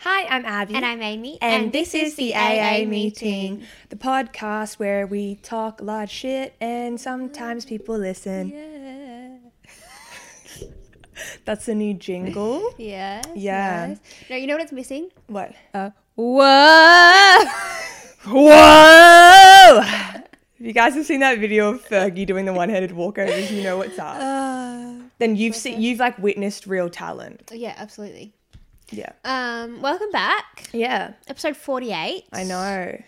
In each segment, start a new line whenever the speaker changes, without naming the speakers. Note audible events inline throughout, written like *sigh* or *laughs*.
Hi, I'm Abby.
And I'm Amy.
And this is the AA meeting, the podcast where we talk a lot of shit and sometimes people listen. *laughs* That's a new *laughs* jingle.
Yeah.
Yeah.
Yes. No, you know what it's missing?
What? *laughs*
Whoa!
Whoa! If you guys have seen that video of Fergie doing the one-handed walkovers, you know what's *laughs* up. then you've seen, you've like witnessed real talent.
yeah, absolutely.
Yeah.
Um, welcome back.
Yeah.
Episode 48.
I know.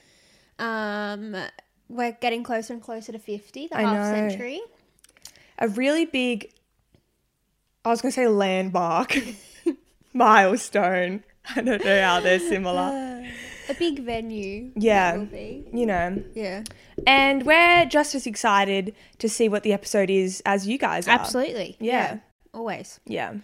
Um, we're getting closer and closer to 50, the
I
half
know.
century.
a really big I was gonna say landmark *laughs* milestone. I don't know how
*laughs*
they're similar.
A big
*laughs*
venue. that
Yeah.
will be.
You know.
Yeah.
And we're just as excited to see what the episode is as you guys are.
Absolutely.
Yeah.
Always.
Yeah.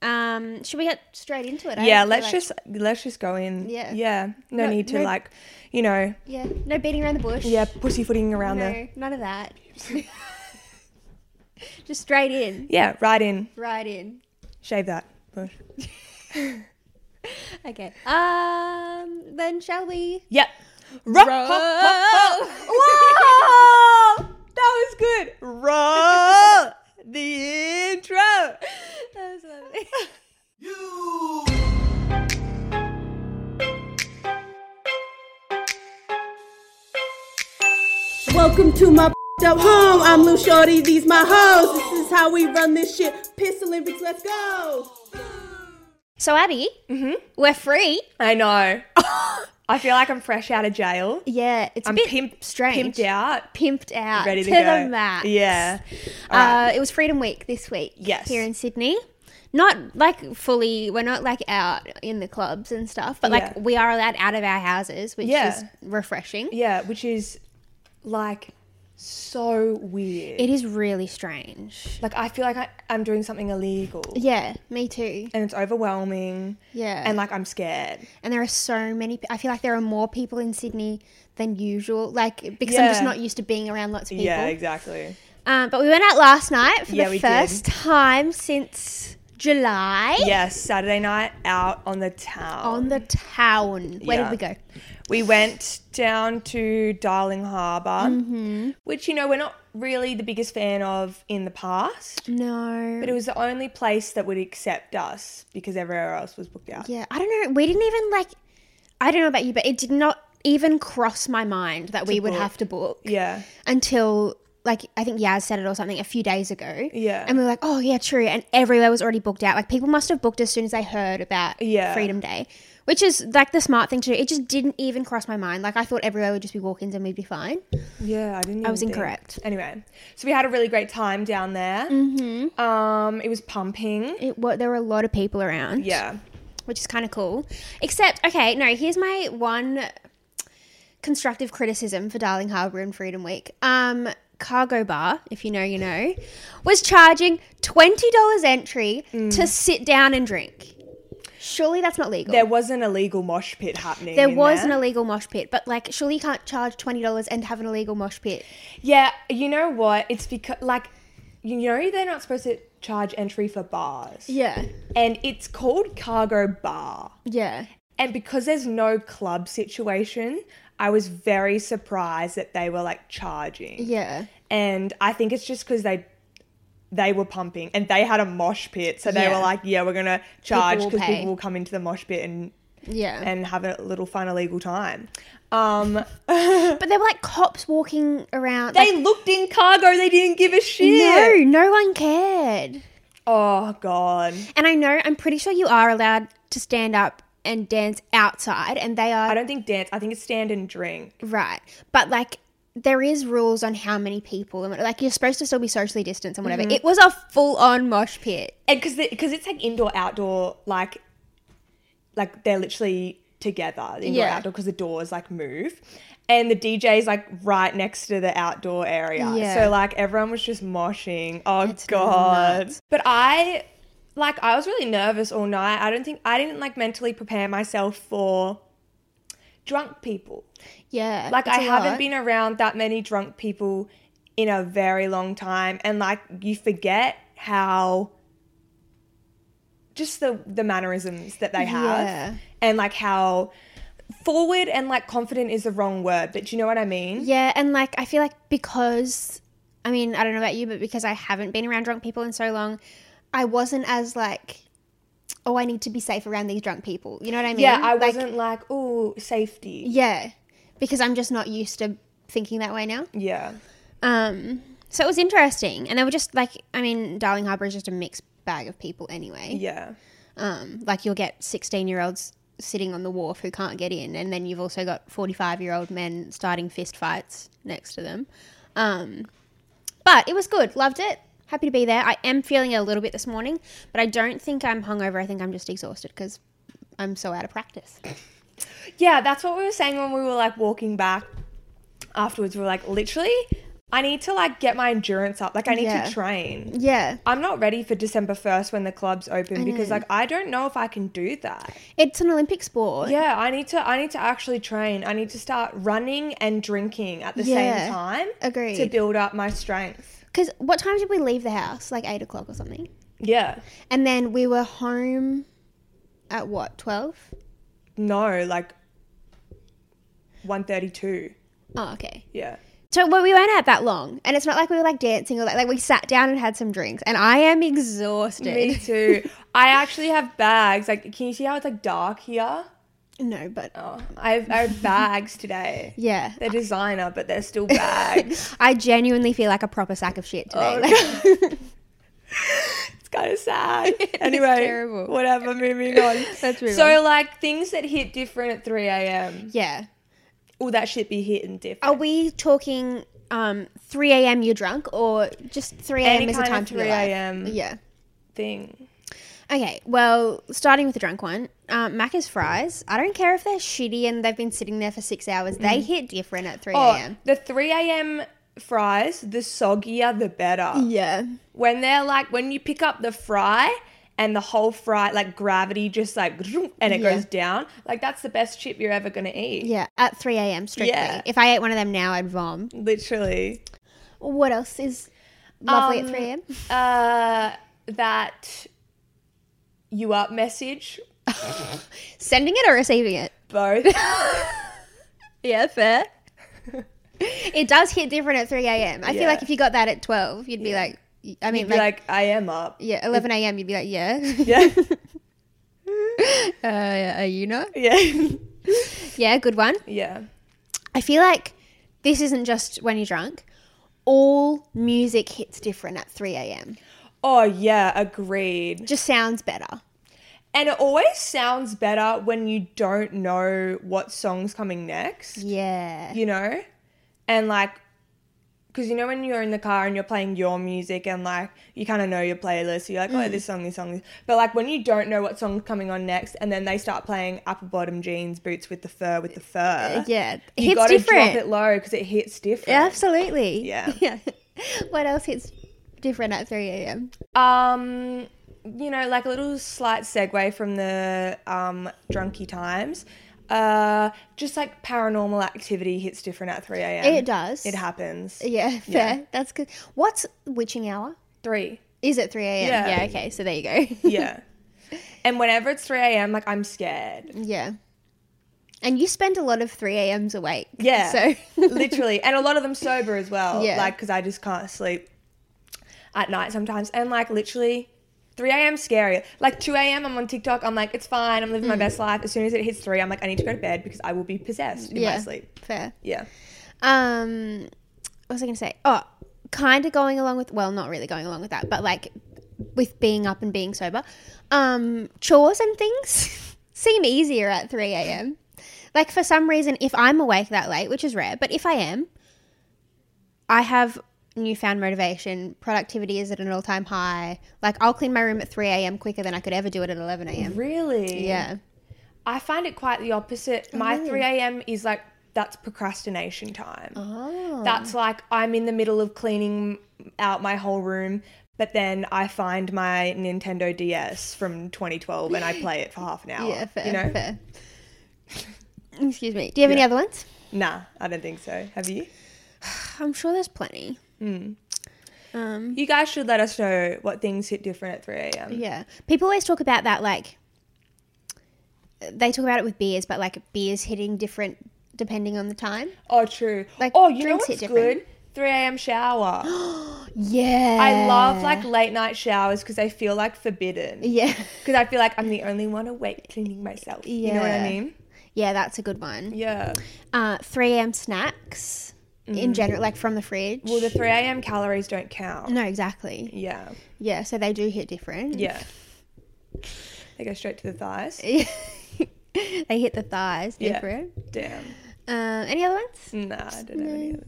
Um, should we get straight into it? eh? I
Yeah,
feel
let's
like-
just let's just go in.
Yeah.
Yeah. No,
No-
need to
no-
like, you know,
Yeah. No beating around the bush.
yeah, pussyfooting around
No,
the
none of that. *laughs* just straight in.
Yeah, right in.
Right in.
Shave that. Push.
Okay. Um. Then shall we?
Yep. Rock,
Roll.
ho, ho, ho. Whoa! That was good. Roll the intro.
That was
*laughs*
lovely.
Welcome to my *laughs* up home. I'm Lou Shorty. These my hoes. This is how we run this shit. Piss Olympics. Let's go.
So Abby, we're free.
I *laughs* know. I feel like I'm fresh out of jail.
Yeah, it's
I'm
a bit
pimp,
strange.
pimped out.
Pimped out
Ready to, go.
the max.
Yeah.
Uh, it was Freedom Week this week.
Yes.
Here in Sydney. Not like fully, we're not like out in the clubs and stuff, but like
Yeah.
we are allowed out of our houses, which
Yeah.
is refreshing.
Yeah, which is like so weird.
It is really strange.
like I feel like I, I'm doing something illegal.
Yeah, me too.
And it's overwhelming.
Yeah.
And like I'm scared.
and there are so many pe- i feel like there are more people in sydney than usual like because i'm just
Yeah.
not used to being around lots of people
exactly.
um, but we went out last night for
Yeah, we
the
did.
first time since july
Yes, Saturday night out on the town.
on the town where did
Yeah.
we go
We went down to Darling harbor which, you know, we're not really the biggest fan of in the past,
no
but it was the only place that would accept us because everywhere else was booked out.
yeah i don't know we didn't even like i don't know about you but it did not even cross my mind that we would
book.
have to book
Yeah.
until like I think Yaz said it or something a few days ago.
Yeah.
And we were like, oh yeah, true. And everywhere was already booked out. Like people must have booked as soon as they heard about
Yeah.
Freedom Day. Which is like the smart thing to do. It just didn't even cross my mind. Like I thought everywhere would just be walk ins and we'd be fine.
Yeah, I didn't even
was
think.
incorrect.
Anyway, so we had a really great time down there. Mm-hmm. Um, it was pumping.
It wa there were a lot of people around.
Yeah.
Which is kinda cool. Except okay, no, here's my one constructive criticism for Darling Harbour and Freedom Week. Um Cargo Bar, if you know, you know, was charging twenty dollars entry
Mm.
to sit down and drink. Surely that's not legal.
There
There,
was an illegal mosh pit happening. in
was
there.
an illegal mosh pit, but like, surely you can't charge twenty dollars and have an illegal mosh pit.
Yeah, you know what? It's because, like, you know, they're not supposed to charge entry for bars.
Yeah,
And it's called Cargo Bar.
yeah,
And because there's no club situation, I was very surprised that they were like charging.
yeah,
And I think it's just because they they were pumping and they had a mosh pit, so they
Yeah.
were like, "Yeah, we're gonna charge
will
because
pay.
people will come into the mosh pit and
yeah.
and have a little fun illegal time." Um,
but there were like cops walking around.
they
like,
looked in cargo. They didn't give a
no,
shit.
no one cared.
Oh god,
And I know, I'm pretty sure you are allowed to stand up and dance outside, and they are
I don't think dance. I think it's stand and drink.
Right. But like there is rules on how many people and what- like you're supposed to still be socially distanced and whatever.
Mm-hmm.
It was a full on mosh pit.
and because because it's like indoor outdoor like like they're literally together indoor
Yeah.
outdoor because the doors like move and the DJ's like right next to the outdoor area
Yeah.
so like everyone was just moshing oh god but I like I was really nervous all night I don't think I didn't like mentally prepare myself for drunk people
Yeah,
like
it's
I
a
haven't
lot.
been around that many drunk people in a very long time, and like you forget how just the the mannerisms that they have,
Yeah.
and like how forward and like confident is the wrong word, but you know what I mean.
Yeah, and like I feel like because I mean, I don't know about you, but because I haven't been around drunk people in so long, I wasn't as like oh, I need to be safe around these drunk people. You know what I mean?
Yeah, I
Like,
wasn't like, oh, safety.
Yeah. Because I'm just not used to thinking that way now.
Yeah,
Um so it was interesting. And they were just like I mean, Darling Harbour is just a mixed bag of people anyway.
yeah,
Um like you'll get 16-year-olds sitting on the wharf who can't get in and then you've also got 45-year-old men starting fist fights next to them. Um but it was good. Loved it. Happy to be there. I am feeling it a little bit this morning, but I don't think I'm hungover. I think I'm just exhausted cuz I'm so out of practice.
yeah. That's what we were saying when we were like walking back afterwards. We were like, literally, I need to like get my endurance up. Like I need
Yeah.
to train.
Yeah.
I'm not ready for December 1st when the clubs open because like I don't know if I can do that.
It's an Olympic sport.
Yeah, I need to I need to actually train. I need to start running and drinking at the
Yeah,
same time to
agreed.
build up my strength.
Because what time did we leave the house? Like eight o'clock or something.
Yeah.
And then we were home at what, 12?
No, like 132.
Oh, okay.
Yeah.
So well, we weren't out that long. And it's not like we were like dancing or like, like we sat down and had some drinks. And I am exhausted.
Me *laughs* too. I actually have bags. Like can you see how it's like dark here?
*laughs* No, but
Oh, I have, I *laughs* have bags today.
yeah.
They're designer, but they're *laughs* still bags.
I genuinely feel like a proper sack of shit today.
Oh,
Like-
it's kind
*laughs*
of sad. Anyway,
terrible.
whatever. Moving on.
*laughs* Let's move
so like things that hit different at 3 a.m.
*laughs* yeah.
All that shit be hitting different.
Are we talking um, 3 a.m. you're drunk or just 3 a.m. is
Any
a
kind of
time to be
3
alive?
a.m..
Yeah.
thing.
Okay, well, starting with the drunk one, um, Macca's fries. I don't care if they're shitty and they've been sitting there for six hours. They hit different at three
Oh,
a.m.
the 3 a.m. fries, the soggier the better.
Yeah,
When they're like, when you pick up the fry and the whole fry, like gravity just like, and it
Yeah.
goes down, like that's the best chip you're ever going to eat.
yeah, at three a.m. strictly.
Yeah.
If I ate one of them now, I'd vom.
Literally.
What else is lovely
Um,
at three a.m.?
Uh, that you up message,
Sending it or receiving it?
both.
*laughs* Yeah, fair. *laughs* it does hit different at three a.m. I feel
Yeah.
like if you got that at twelve, you'd be like, I mean,
Be
like,
like, I
*laughs*
am up.
yeah, eleven a.m. You'd be like, yeah,
Yeah.
*laughs* uh, are you not?
yeah.
Yeah, good one.
yeah.
I feel like this isn't just when you're drunk. All music hits different at 3 a.m.
Oh, yeah, agreed.
Just sounds better.
And it always sounds better when you don't know what song's coming next,
Yeah.
you know? And like, because you know, when you're in the car and you're playing your music and like you kind of know your playlist, you're like,
Mm.
oh, this song, this song. This. But like when you don't know what song's coming on next and then they start playing upper bottom jeans, boots with the fur, with the fur.
Uh, Yeah. It
You
hits
gotta drop
different.
it low because it hits different.
Absolutely.
Yeah.
Yeah. *laughs* What else hits different at 3 a.m.?
Um, you know, like a little slight segue from the um, drunky times. Uh, just like paranormal activity hits different at 3 a.m.
It does.
Um, It happens.
Yeah, fair. That's good. What's witching hour?
Three.
Is it 3 a.m.?
Yeah.
yeah, okay. So there you
*laughs*
go. *laughs*
Yeah. and whenever it's 3 a.m., like I'm scared.
yeah. And you spend a lot of 3 a.m.s awake.
Yeah. *laughs*
So
Literally. And a lot of them sober as well.
Yeah.
Like, because I just can't sleep at night sometimes. And like, literally. 3 a.m. scary. Like 2 a.m. I'm on TikTok. I'm like, it's fine. I'm
Mm.
living my best life. As soon as it hits 3, I'm like, I need to go to bed because I will be possessed
*laughs*
in
yeah.
my sleep.
Fair.
Yeah.
Um, what was I going to say? Oh, kind of going along with, well, not really going along with that, but like with being up and being sober. Um, chores and things *laughs* seem easier at 3 a.m. Like for some reason, if I'm awake that late, which is rare, but if I am, I have newfound motivation. Productivity is at an all time high. Like I'll clean my room at three a.m. quicker than I could ever do it at eleven a.m.
Really?
Yeah.
I find it quite the opposite. My
Oh.
3 a.m. is like, that's procrastination time.
Oh.
That's like, I'm in the middle of cleaning out my whole room, but then I find my Nintendo DS from 2012 and I play it for half an hour.
*laughs* Yeah. Fair.
You know?
Fair. *laughs* Excuse me. Do you have any other ones?
Nah, I don't think so. Have you?
Mm-hmm. I'm sure there's plenty.
You guys should let us know what things hit different at 3 a.m.
Yeah. People always talk about that like they talk about it with beers, but like beers hitting different depending on the time.
Oh, true.
Like,
oh, you know
drinks
what's
hit different.
good? 3 a.m. shower.
*gasps* Yeah.
I love like late night showers because they feel like forbidden.
Yeah.
Because I feel like I'm the only one awake cleaning myself. You know what I
Yeah.
mean?
*laughs* Yeah, that's a good one.
Yeah.
Uh 3 a.m. snacks in general like from Mm. the fridge.
Well, the 3 a.m. calories don't count.
no, exactly.
Yeah.
Yeah, so they do hit different.
Yeah. They go straight to the thighs.
*laughs* they hit the thighs
Yeah.
different.
Damn.
Um, any other ones?
Nah, I don't have any other.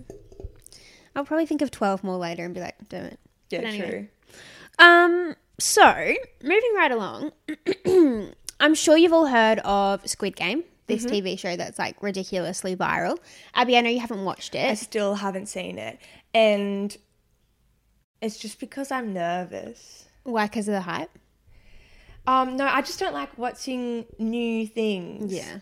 I'll probably think of 12 more later and be like, damn it.
Yeah,
anyway.
true.
Um, so moving right along, *clears throat* I'm sure you've all heard of Squid Game, this
Mm-hmm.
TV show that's like ridiculously viral. Abby, I know you haven't watched
I
it.
still haven't seen it. And it's just because I'm nervous.
Why? Because of the hype.
Um, no, I just don't like watching new things.
Yeah.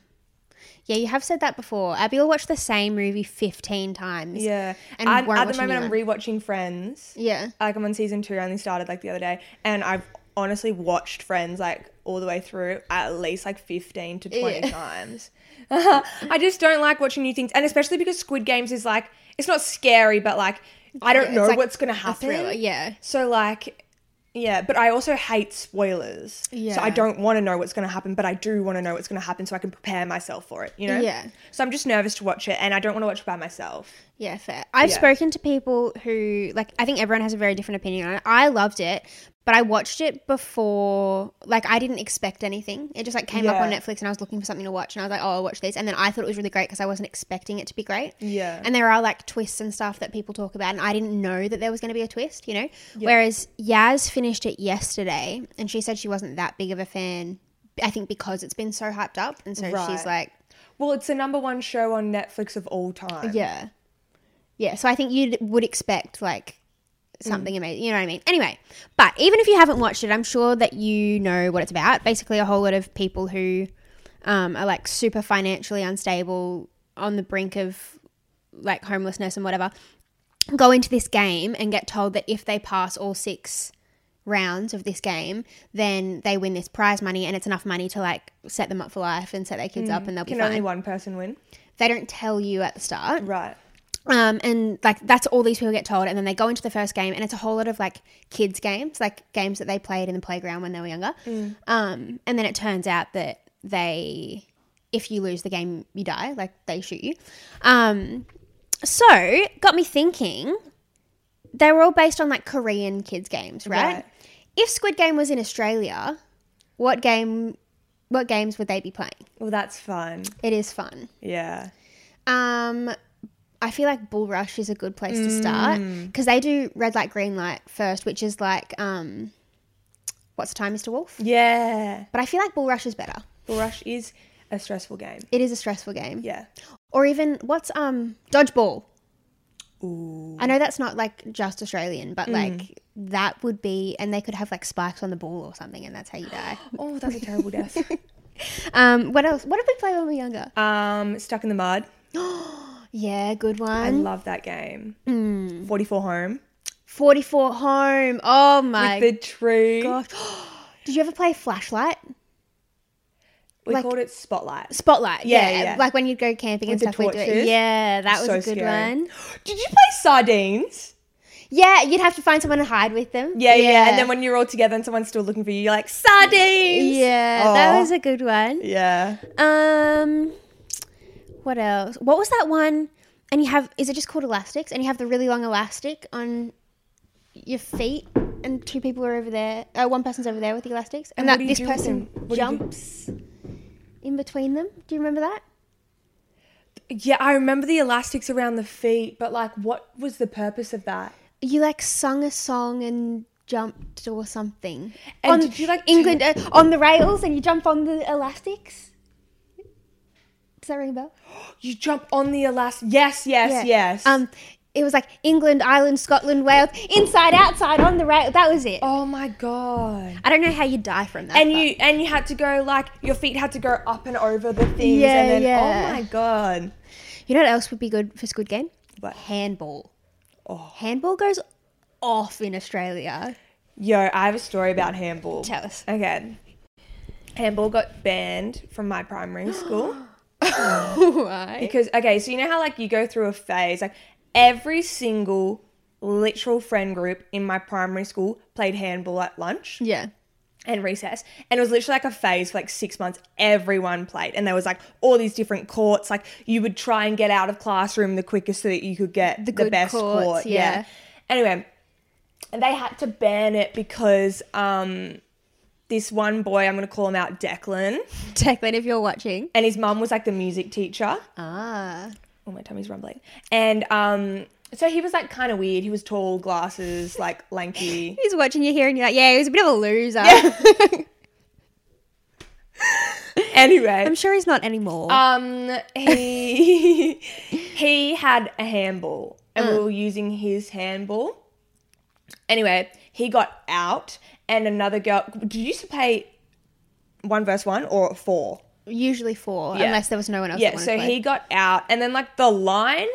Yeah, you have said that before. Abby will watch the same movie 15 times.
Yeah.
And
I'd-
won't
at
watch
the
a new
moment, I'm rewatching Friends.
Yeah.
like I'm on season two. I only started like the other day, and I've honestly watched Friends like all the way through at least like 15 to 20
Yeah.
times. *laughs* I just don't like watching new things, and especially because Squid Games is like it's not scary, but like I don't
it's
know
like
what's gonna
a
happen.
thriller, yeah.
So like. Yeah, but I also hate spoilers. So
Yeah.
I don't want to know what's going to happen, but I do want to know what's going to happen so I can prepare myself for it, you know?
Yeah.
So I'm just nervous to watch it and I don't want to watch it by myself.
Yeah, fair. I've
Yeah.
spoken to people who like I think everyone has a very different opinion on it. I loved it, but I watched it before like I didn't expect anything. It just like came up on
Yeah.
Netflix and I was looking for something to watch and I was like, "Oh, I'll watch this." And then I thought it was really great because I wasn't expecting it to be great.
Yeah.
And there are like twists and stuff that people talk about and I didn't know that there was going to be a twist, you know? Whereas Yaz finished it yesterday and she said she wasn't that big of a fan. I think because it's been so hyped up and so she's
Right.
like
Well, it's the number one show on Netflix of all time.
yeah. Yeah. So I think you would expect like
Mm.
something amazing. You know what I mean? Anyway, but even if you haven't watched it, I'm sure that you know what it's about. Basically, a whole lot of people who um, are like super financially unstable on the brink of like homelessness and whatever go into this game and get told that if they pass all six rounds of this game, then they win this prize money and it's enough money to like set them up for life and set their kids up and they'll be
Mm. Can
fine.
only one person win?
they don't tell you at the start.
Right.
Um, and like that's all these people get told, and then they go into the first game, and it's a whole lot of like kids games, like games that they played in the playground when they were younger. Um, and then it turns out that they, if you lose the game, you die, like they shoot you. Um, so got me thinking. They were all based on like Korean kids games, right?
Right.
If Squid Game was in Australia, what game, what games would they be playing?
Well, that's fun.
It is fun.
Yeah.
Um, I feel like Bull Rush is a good place to start
Mm.
because they do red light, green light first, which is like, um, what's the time, Mr. Wolf?
Yeah.
But I feel like Bull Rush is better.
Bull Rush is a stressful game.
It is a stressful game.
Yeah.
Or even what's um dodgeball. Ooh. I know that's not like just Australian,
Mm.
but like that would be, and they could have like spikes on the ball or something, and that's how you die. *gasps*
Oh, that's a terrible death.
um, what else? What did we play when we were younger?
*laughs* um, Stuck in the Mud.
yeah, good
I
one.
love that game. 44 Home.
Forty-four home. Oh my
The tree.
gosh. Did you ever play flashlight?
We
like-
called it Spotlight.
Spotlight. Yeah,
Yeah, yeah.
Like when you'd go camping and
With the
stuff, we'd do it.
torches.
Yeah, that was
So
a good
scary.
one.
Did you play Sardines?
Yeah, you'd have to find someone to hide with them.
Yeah, yeah, And then when you're all together and someone's still looking for you, you're like, Sardines!
yeah,
Aw.
that was a good one.
Yeah.
Um, what else? What was that one? And you have is it just called elastics? And you have the really long elastic on your feet, and two people are over there. Uh, one person's over there with the elastics, and,
And what
that
do you
this
do with
person
them? What do you do?
jumps in between them. Do you remember that?
Yeah, I remember the elastics around the feet, but like, what was the purpose of that?
You like sung a song and jumped or something.
And
on
did you, like,
England uh, on the rails and you jump on the elastics? Does that ring a bell?
You jump on the elastic. Yes, yes, yes.
Um, it was like England, Ireland, Scotland, Wales, inside, outside, on the rail. That was it.
oh my god.
I don't know how you die from that.
And
but-
you and you had to go like your feet had to go up and over the things,
Yeah,
and then
yeah.
oh my god.
you know what else would be good for Squid Game?
What? Oh.
Handball. Handball goes off in
*laughs*
Australia.
Yo, I have a story about handball.
Tell us.
Okay. Handball got banned from my
*gasps*
primary school.
Why?
Because okay, so you know how like you go through a phase, like every single literal friend group in my primary school played handball at lunch
Yeah.
and recess. And it was literally like a phase for like six months. Everyone played. And there was like all these different courts. Like you would try and get out of classroom the quickest so that you could get the,
good
best
courts,
court.
yeah.
Anyway, and they had to ban it because um this one boy, I'm gonna call him out Declan,
Declan, if you're watching.
and his mum was like the music teacher.
Ah.
Oh, my tummy's rumbling. And um, so he was like kind of weird. He was tall, glasses, like
*laughs*
lanky.
He's watching you here and you're like, yeah, he was a bit of a loser.
anyway,
I'm sure he's not anymore.
um,
*laughs*
he he had a handball, and
Mm.
we were using his handball. Anyway, he got out, and another girl. Did you used to play one verse one or four?
Usually four,
yeah.
unless there was no one else. that
Yeah,
wanted
so
to play.
he got out, and then like the line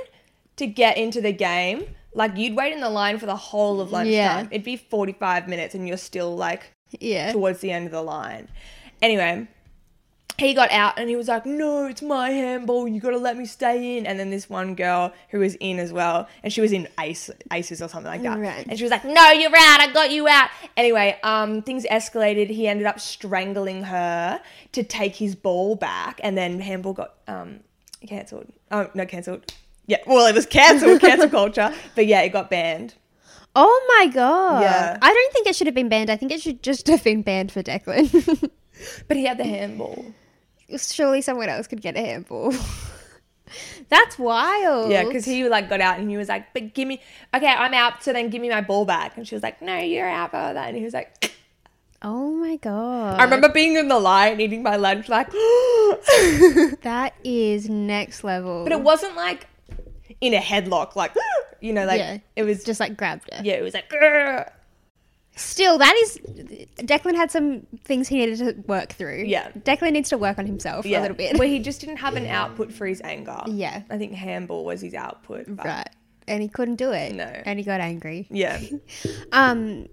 to get into the game, like you'd wait in the line for the whole of lunchtime.
Yeah.
It'd be forty-five minutes, and you're still like
Yeah.
towards the end of the line. Anyway, he got out, and he was like, "No, it's my handball. You got to let me stay in." And then this one girl who was in as well, and she was in ace, aces or something like that,
Right.
and she was like, "No, you're out. I got you out." Anyway, um, things escalated. He ended up strangling her to take his ball back, and then handball got um cancelled. Oh, not cancelled. Yeah, well, it was *laughs* cancelled, cancel culture. But yeah, it got banned.
Oh my god.
Yeah.
I don't think it should have been banned. I think it should just have been banned for Declan. *laughs*
But he had the handball.
Surely someone else could get a handball. *laughs* That's wild.
Yeah, because he like got out and he was like, "But give me, okay, I'm out. So then give me my ball back." And she was like, "No, you're out for that." And he was like,
Oh my god.
"I remember being in the line eating my lunch, like." *gasps*
*laughs* That is next level.
but it wasn't like in a headlock, like *gasps* you know, like
Yeah.
it was just
just like grabbed her.
yeah, it was like. "Grr."
Still, that is. Declan had some things he needed to work through.
Yeah.
Declan needs to work on himself
Yeah.
a little bit.
Where he just didn't have an output for his anger.
Yeah.
I think handball was his output.
*laughs*
but-
right. And he couldn't do it.
No.
And he got angry. *laughs*
Yeah.
Um,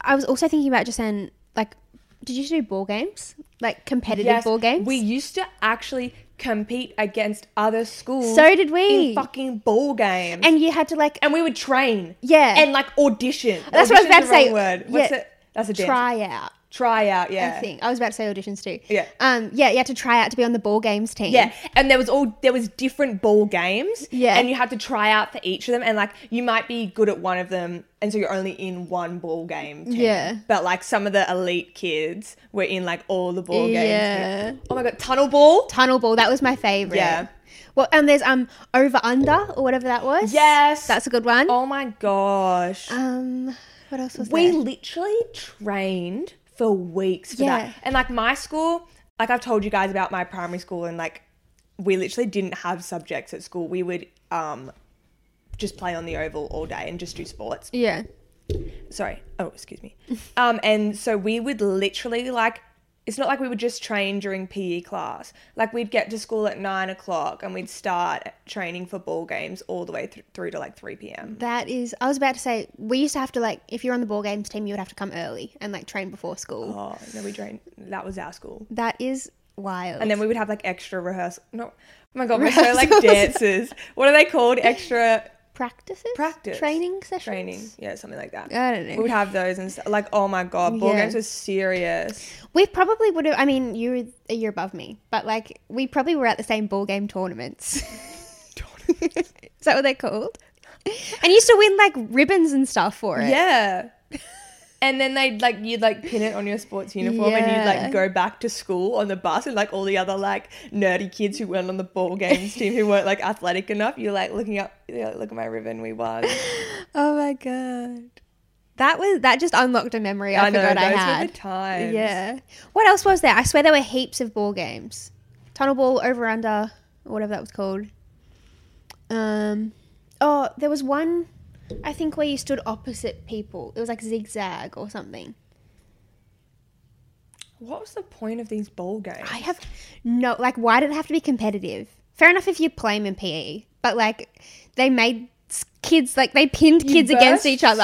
I was also thinking about just then, like, did you do ball games? Like competitive ball games?
We used to actually compete against other schools.
So did we.
In fucking ball games.
and you had to like
and we would train.
Yeah.
And like audition.
That's what I was about
Audition's
to
the
say.
wrong Word. What's
Yeah.
it? That's a dance.
try out.
Try out.
I
Yeah.
think I was about to say auditions too.
Yeah.
Um. Yeah, you had to try out to be on the ball games team.
Yeah, and there was all there was different ball games.
Yeah.
and you had to try out for each of them, and like you might be good at one of them, and so you're only in one ball game. Team.
Yeah.
but like some of the elite kids were in like all the ball games.
Yeah.
Oh my god, tunnel ball.
Tunnel ball. That was my favorite.
Yeah.
Well, and there's um over under or whatever that was.
Yes.
That's a good one.
Oh my gosh.
Um. What else was
We
there?
literally trained for weeks for
Yeah.
that. And like my school, like I've told you guys about my primary school and like we literally didn't have subjects at school. We would um just play on the oval all day and just do sports.
Yeah.
Sorry. Oh, excuse me. Um and so we would literally like it's not like we would just train during PE class. Like we'd get to school at nine o'clock and we'd start training for ball games all the way thr- through to like three p.m.
That is. I was about to say we used to have to like if you're on the ball games team you would have to come early and like train before school.
Oh no, we trained. That was our school.
That is wild.
And then we would have like extra rehearsal. No, oh my god, we're so like dances. What are they called? Extra
practices.
practice,
Training sessions.
training. Yeah, something like that.
I don't know.
We would have those and stuff. Like, oh my god, ball
Yeah.
games was serious.
We probably would have. I mean, you were a year above me, but like we probably were at the same ball game
*laughs*
tournaments. *laughs* Is that what they're called? And you used to win like ribbons and stuff for it.
Yeah. And then they'd like you'd like pin it on your sports uniform and you'd
Yeah.
like go back to school on the bus and like all the other like nerdy kids who weren't on the ball games team who weren't like athletic enough, you're like looking up you're like, look at my ribbon we won.
Oh my god. That was that just unlocked a memory I, forgot I
those were
had.
the times.
Yeah. What else was there? I swear there were heaps of ball games. Tunnel ball, over under, or whatever that was called. Um oh, there was one I think where you stood opposite people. It was like zigzag or something.
What was the point of these ball games?
I have no like why did it have to be competitive? Fair enough if you play 'em in PE, but like they made s- kids like they pinned kids against
burst
each other.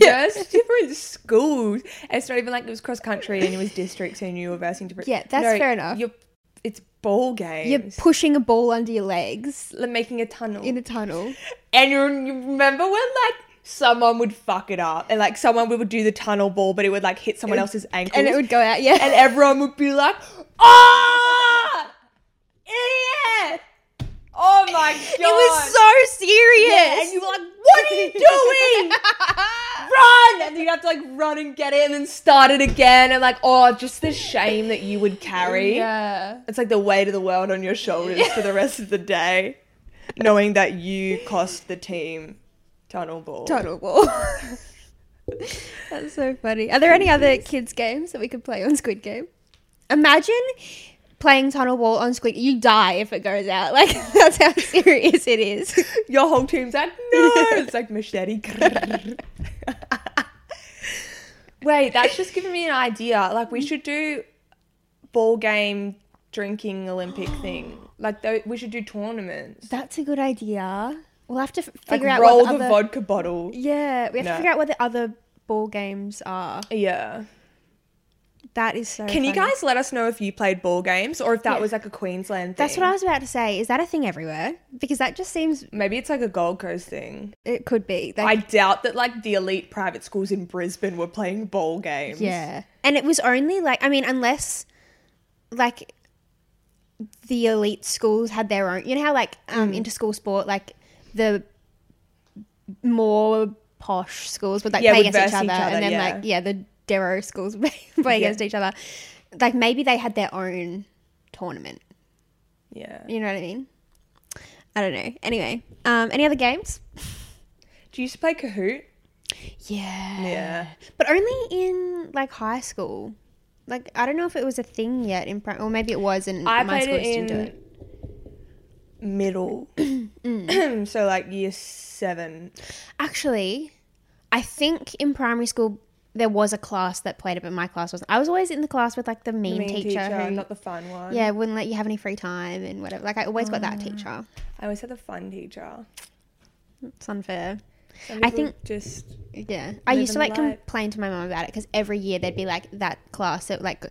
Yes, different schools. It's not even like it was cross country and it was districts and you were versing different.
Yeah, that's fair enough.
You're, it's ball games.
*laughs* You're pushing a ball under your legs
Like making a tunnel.
in a tunnel.
and you you remember when like someone would fuck it up and like someone would do the tunnel ball, but it would like hit someone else's ankle,
and it would go out, yeah.
and everyone would be like, "Ah, idiot! Oh my god!"
it was so serious.
Yeah, and you were like, "What are you *laughs* doing?" run and then you'd have to like run and get it and then start it again and like oh just the shame that you would carry
yeah.
it's like the weight of the world on your shoulders for the rest of the day knowing that you cost the team tunnel ball
Tunnel ball. *laughs* That's so funny. Are there any other kids' games that we could play on Squid Game? Imagine playing tunnel ball on Squid. You die if it goes out. *laughs* Like that's how serious it *laughs* is.
your whole team's like *laughs* no it's like machete wait that's just giving me an idea like we should do ball game drinking olympic thing like tho- we should do tournaments
That's a good idea. We'll have to f-
like
figure out
roll
what the,
the
other-
vodka bottle
Yeah, we have to
No.
figure out what the other ball games are.
yeah
That is so.
Can you
funny.
guys let us know if you played ball games or if that
Yeah.
was like a Queensland thing?
That's what I was about to say. Is that a thing everywhere? Because that just seems
Maybe it's like a Gold Coast thing.
it could be. They-
I doubt that like the elite private schools in Brisbane were playing ball games.
yeah, and it was only like I mean, unless like the elite schools had their own. You know how like um,
Mm.
inter-school sport, like the more posh schools would like
Yeah,
play
would
against each
verse
other,
each other,
and then
yeah.
like yeah, the Darrow schools *laughs* would play against each other. Like maybe they had their own tournament.
Yeah.
You know what I mean? I don't know. Anyway, um, any other games?
Do you used to play Kahoot?
Yeah.
Yeah.
But only in like high school. Like I don't know if it was a thing yet in prim- or maybe it was and
I
my
played
school
it
just didn't do
in
it. *clears throat*
middle.
Mm.
*clears throat* so like year seven.
Actually, I think in primary school there was a class that played it, but my class wasn't. I was always in the class with like the mean,
Main
teacher, who
not the fun one.
yeah wouldn't let you have any free time and whatever. Like I always got that
Oh.
teacher.
I always had the fun teacher.
It's unfair.
Some
I
people
think-
just
Yeah, I used to
living
like
the life.
complain to my mum about it because every year there'd be like that class that like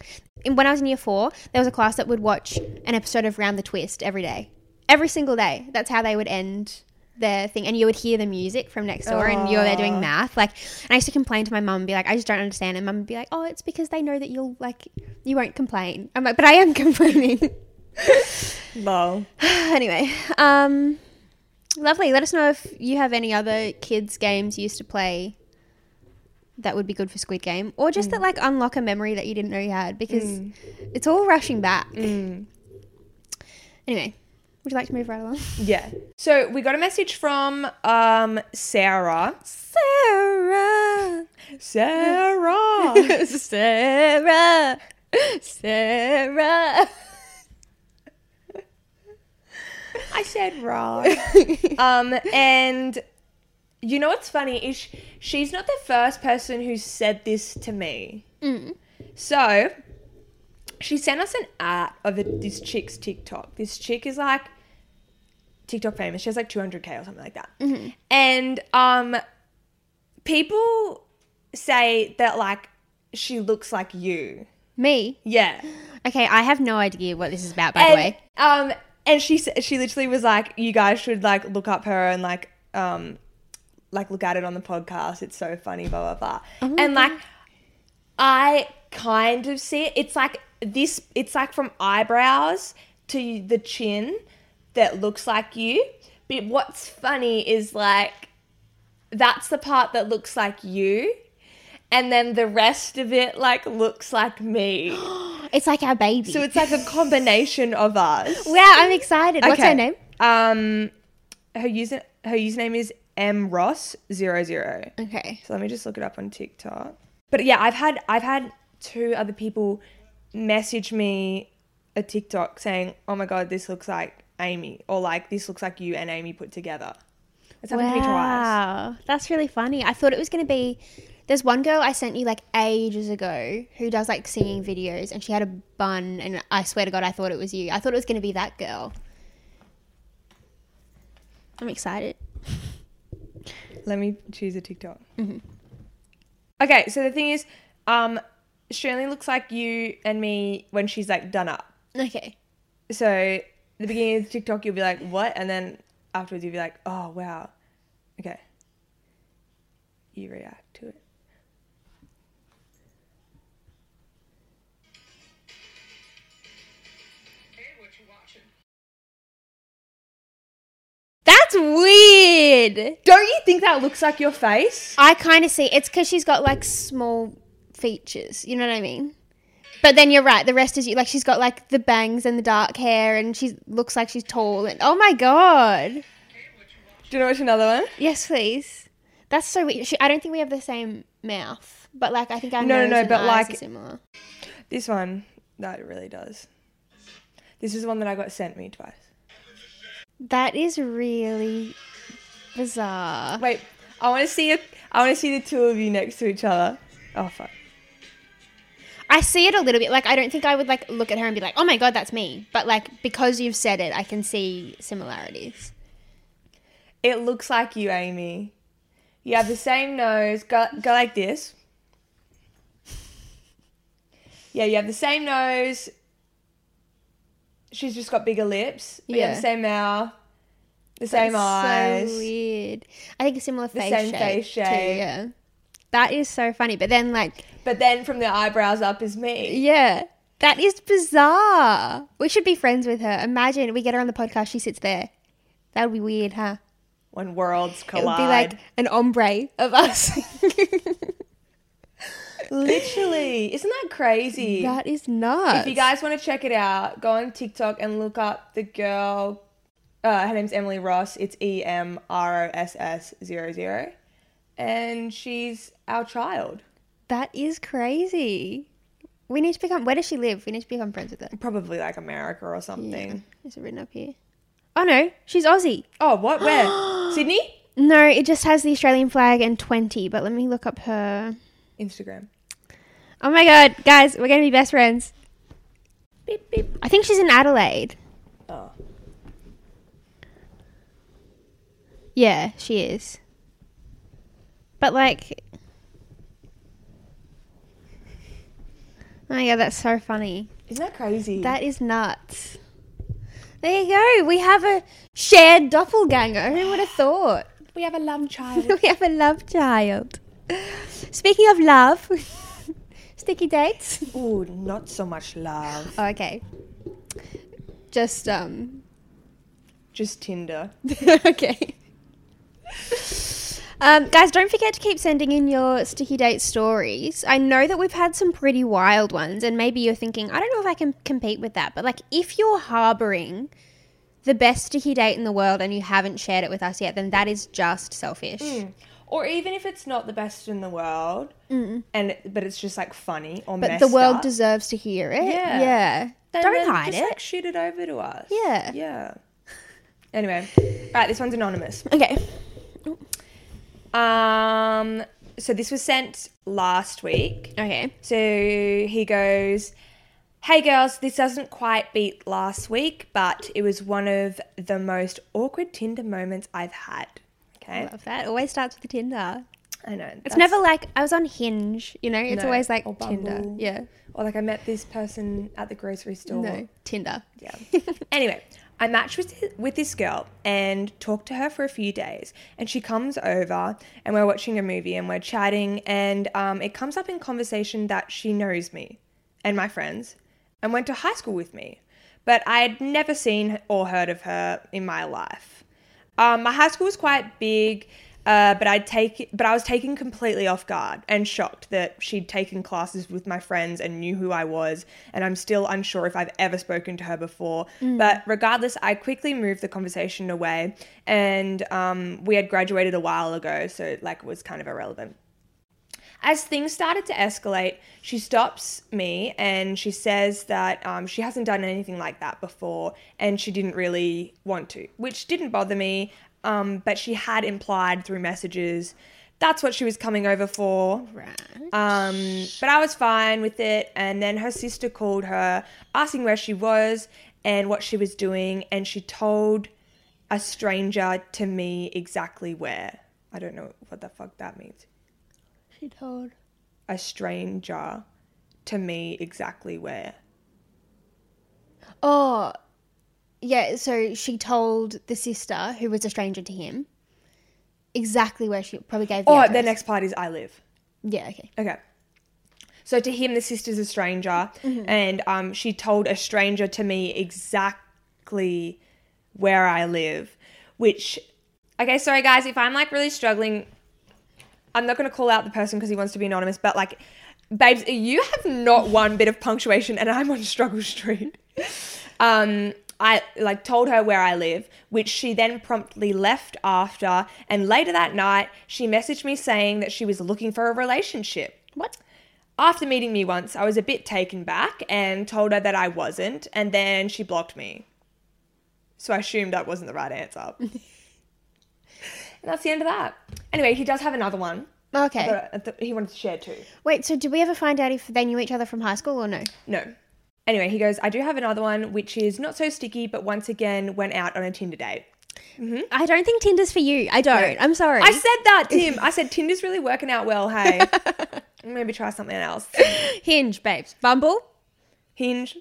in, when I was in year four, there was a class that would watch an episode of Round the Twist every day, every single day. That's how they would end their thing, and you would hear the music from next door, and you're there doing math. Like, and I used to complain to my mum, and be like, I just don't understand, and mum would be like, Oh, it's because they know that you'll like you won't complain. I'm like, but I am *laughs* complaining
lol.
anyway. Um, lovely. Let us know if you have any other kids' games you used to play that would be good for Squid Game, or just that like unlock a memory that you didn't know you had because it's all rushing back. Anyway, would you like to move right along?
Yeah. So we got a message from um Sarah.
Sarah,
Sarah.
Sarah, Sarah.
I said wrong. um, and you know what's funny is sh- she's not the first person who said this to me. So she sent us an art of a, this chick's TikTok. This chick is like TikTok famous. She has like 200k or something like that. And um, people say that like she looks like you.
Me.
Yeah.
Okay, I have no idea what this is about. By the
and,
way,
Um, and she s- she literally was like, "You guys should like look up her and like um, like look at it on the podcast. It's so funny." Blah blah
Oh
blah. and like, I kind of see it. It's like this. It's like from eyebrows to the chin that looks like you. But what's funny is like that's the part that looks like you. and then the rest of it like looks
*gasps*
like me.
It's like our baby.
So it's like a combination of us.
wow, I'm excited. What's her name?
Um, her user her username is M Ross 0
Okay.
So let me just look it up on TikTok. But yeah, I've had I've had two other people message me a TikTok saying, "Oh my god, this looks like Amy," or like, "This looks like you and Amy put together." It's happened to me twice.
Wow, that's really funny. I thought it was going to be. There's one girl I sent you like ages ago who does like singing videos, and she had a bun, and I swear to God, I thought it was you. I thought it was going to be that girl. I'm excited.
Let me choose a TikTok. Okay, so the thing is, um, she only looks like you and me when she's like done up.
Okay.
So the beginning of the TikTok, you'll be like, "What?" and then afterwards, you'll be like, "Oh wow, okay." You react to it.
That's weird.
Don't you think that looks like your face?
I kind of see. It's because she's got like small features. You know what I mean? But then you're right. The rest is you. Like she's got like the bangs and the dark hair, and she looks like she's tall. And oh my God.
Do you know what's another one?
Yes, please. That's so weird. She, I don't think we have the same mouth, but like I think our
No, no,
nose
no,
and
but,
eyes
like-
are similar.
This one, that it really does. This is the one that I got sent me twice.
That is really bizarre.
Wait, I want to see a, I want to see the two of you next to each other. Oh fuck.
I see it a little bit. Like I don't think I would like look at her and be like, "Oh my god, that's me." But like because you've said it, I can see similarities.
It looks like you, Amy. You have the same nose. Go, go like this. Yeah, you have the same nose. She's just got bigger lips. Yeah. You have
Yeah.
the same mouth. The same eyes.
That's So weird. I think a similar face
same
shape.
face
too,
shape.
yeah. That is so funny. But then like,
But then from the eyebrows up is me.
yeah. That is bizarre. We should be friends with her. Imagine we get her on the podcast, she sits there. That would be weird, huh?
When worlds
It would
collide. *laughs*
be like an ombre of us.
Literally. Isn't that crazy?
*laughs* that is nuts.
if you guys want to check it out, go on TikTok and look up the girl. Uh, her name's Emily Ross. It's E M R O S S zero zero, and she's our child.
that is crazy. We need to become. Where does she live? We need to become friends with her.
Probably like America or something.
Is it written up here? Oh no, she's Aussie.
Oh, what? Where? *gasps* Sydney?
No, it just has the Australian flag and twenty. But let me look up her.
Instagram.
Oh my god, guys, we're gonna be best friends. I think she's in Adelaide.
Oh,
Yeah, she is. But like, oh my god, that's so funny.
isn't that crazy?
That is nuts. There you go. We have a shared doppelganger. Who would have thought? *laughs*
we have a love child.
we have a love child. Speaking of love, *laughs* sticky dates.
*laughs* Ooh, not so much love.
Oh, okay. Just um.
Just Tinder.
*laughs* okay. Um, guys, don't forget to keep sending in your sticky date stories. I know that we've had some pretty wild ones, and maybe you're thinking, I don't know if I can compete with that. But, like, if you're harboring the best sticky date in the world and you haven't shared it with us yet, then that is just selfish.
Mm, Or even if it's not the best in the world, and it- but it's just like funny or
But
messed
the world
up,
deserves to hear it.
Yeah.
Yeah.
then
don't
then
hide
just,
it.
Like, shoot it over to us.
Yeah.
Yeah. Anyway, right. This one's anonymous.
okay.
Um. So this was sent last week.
Okay.
So he goes, Hey girls, this doesn't quite beat last week, but it was one of the most awkward Tinder moments I've had. Okay.
Love that. Always starts with a Tinder.
I know.
It's never like I was on Hinge, you know? It's
No.
always like
Or
Tinder.
Bumble.
Yeah.
Or like I met this person at the grocery store.
No. Tinder.
Yeah. *laughs* anyway, I matched with, with this girl and talked to her for a few days. And she comes over and we're watching a movie and we're chatting. And um, it comes up in conversation that she knows me and my friends and went to high school with me. But I had never seen or heard of her in my life. Um, my high school was quite big. Uh, but I'd take, but I was taken completely off guard and shocked that she'd taken classes with my friends and knew who I was. And I'm still unsure if I've ever spoken to her before. But regardless, I quickly moved the conversation away, and um, we had graduated a while ago, so like it was kind of irrelevant. As things started to escalate, she stops me and she says that um, she hasn't done anything like that before and she didn't really want to, which didn't bother me, um, but she had implied through messages that's what she was coming over for. Um, but I was fine with it. And then her sister called her asking where she was and what she was doing, and she told a stranger to me exactly where. I don't know what the fuck that means
She told.
a stranger to me exactly where.
Oh, yeah. So she told the sister, who was a stranger to him, exactly where she probably gave. The
Or the
address.
Oh, next part is I live.
Yeah. Okay.
Okay. So to him, the sister's a stranger, and um, she told a stranger to me exactly where I live, which. Okay, sorry guys, if I'm like really struggling, I'm not gonna call out the person because he wants to be anonymous, but like, babes, you have not one bit of punctuation, and I'm on Struggle Street. um, I like told her where I live, which she then promptly left after. And later that night, she messaged me saying that she was looking for a relationship.
What?
After meeting me once, I was a bit taken back and told her that I wasn't, and then she blocked me. So I assumed that wasn't the right answer. and that's the end of that. Anyway, he does have another one
Okay.
that I th- he wanted to share too.
Wait. So did we ever find out if they knew each other from high school or no?
No. Anyway, he goes, I do have another one, which is not so sticky, but once again went out on a Tinder date.
I don't think Tinder's for you. I don't. I'm sorry.
I said that, Tim. I said Tinder's really working out well. Hey, maybe try something else.
Hinge, babes. Bumble.
Hinge.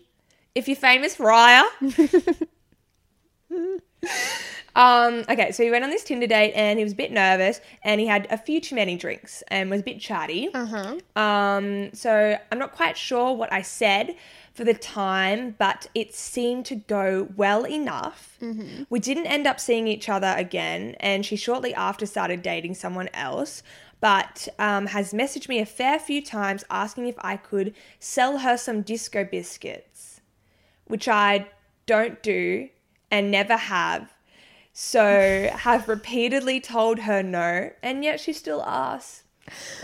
If you're famous, Raya. um, okay, so he went on this Tinder date and he was a bit nervous and he had a few too many drinks and was a bit chatty. Um, so I'm not quite sure what I said for the time, but it seemed to go well enough. We didn't end up seeing each other again, and she shortly after started dating someone else. But um, has messaged me a fair few times asking if I could sell her some disco biscuits, which I don't do and never have. So have repeatedly told her no, and yet she still asks.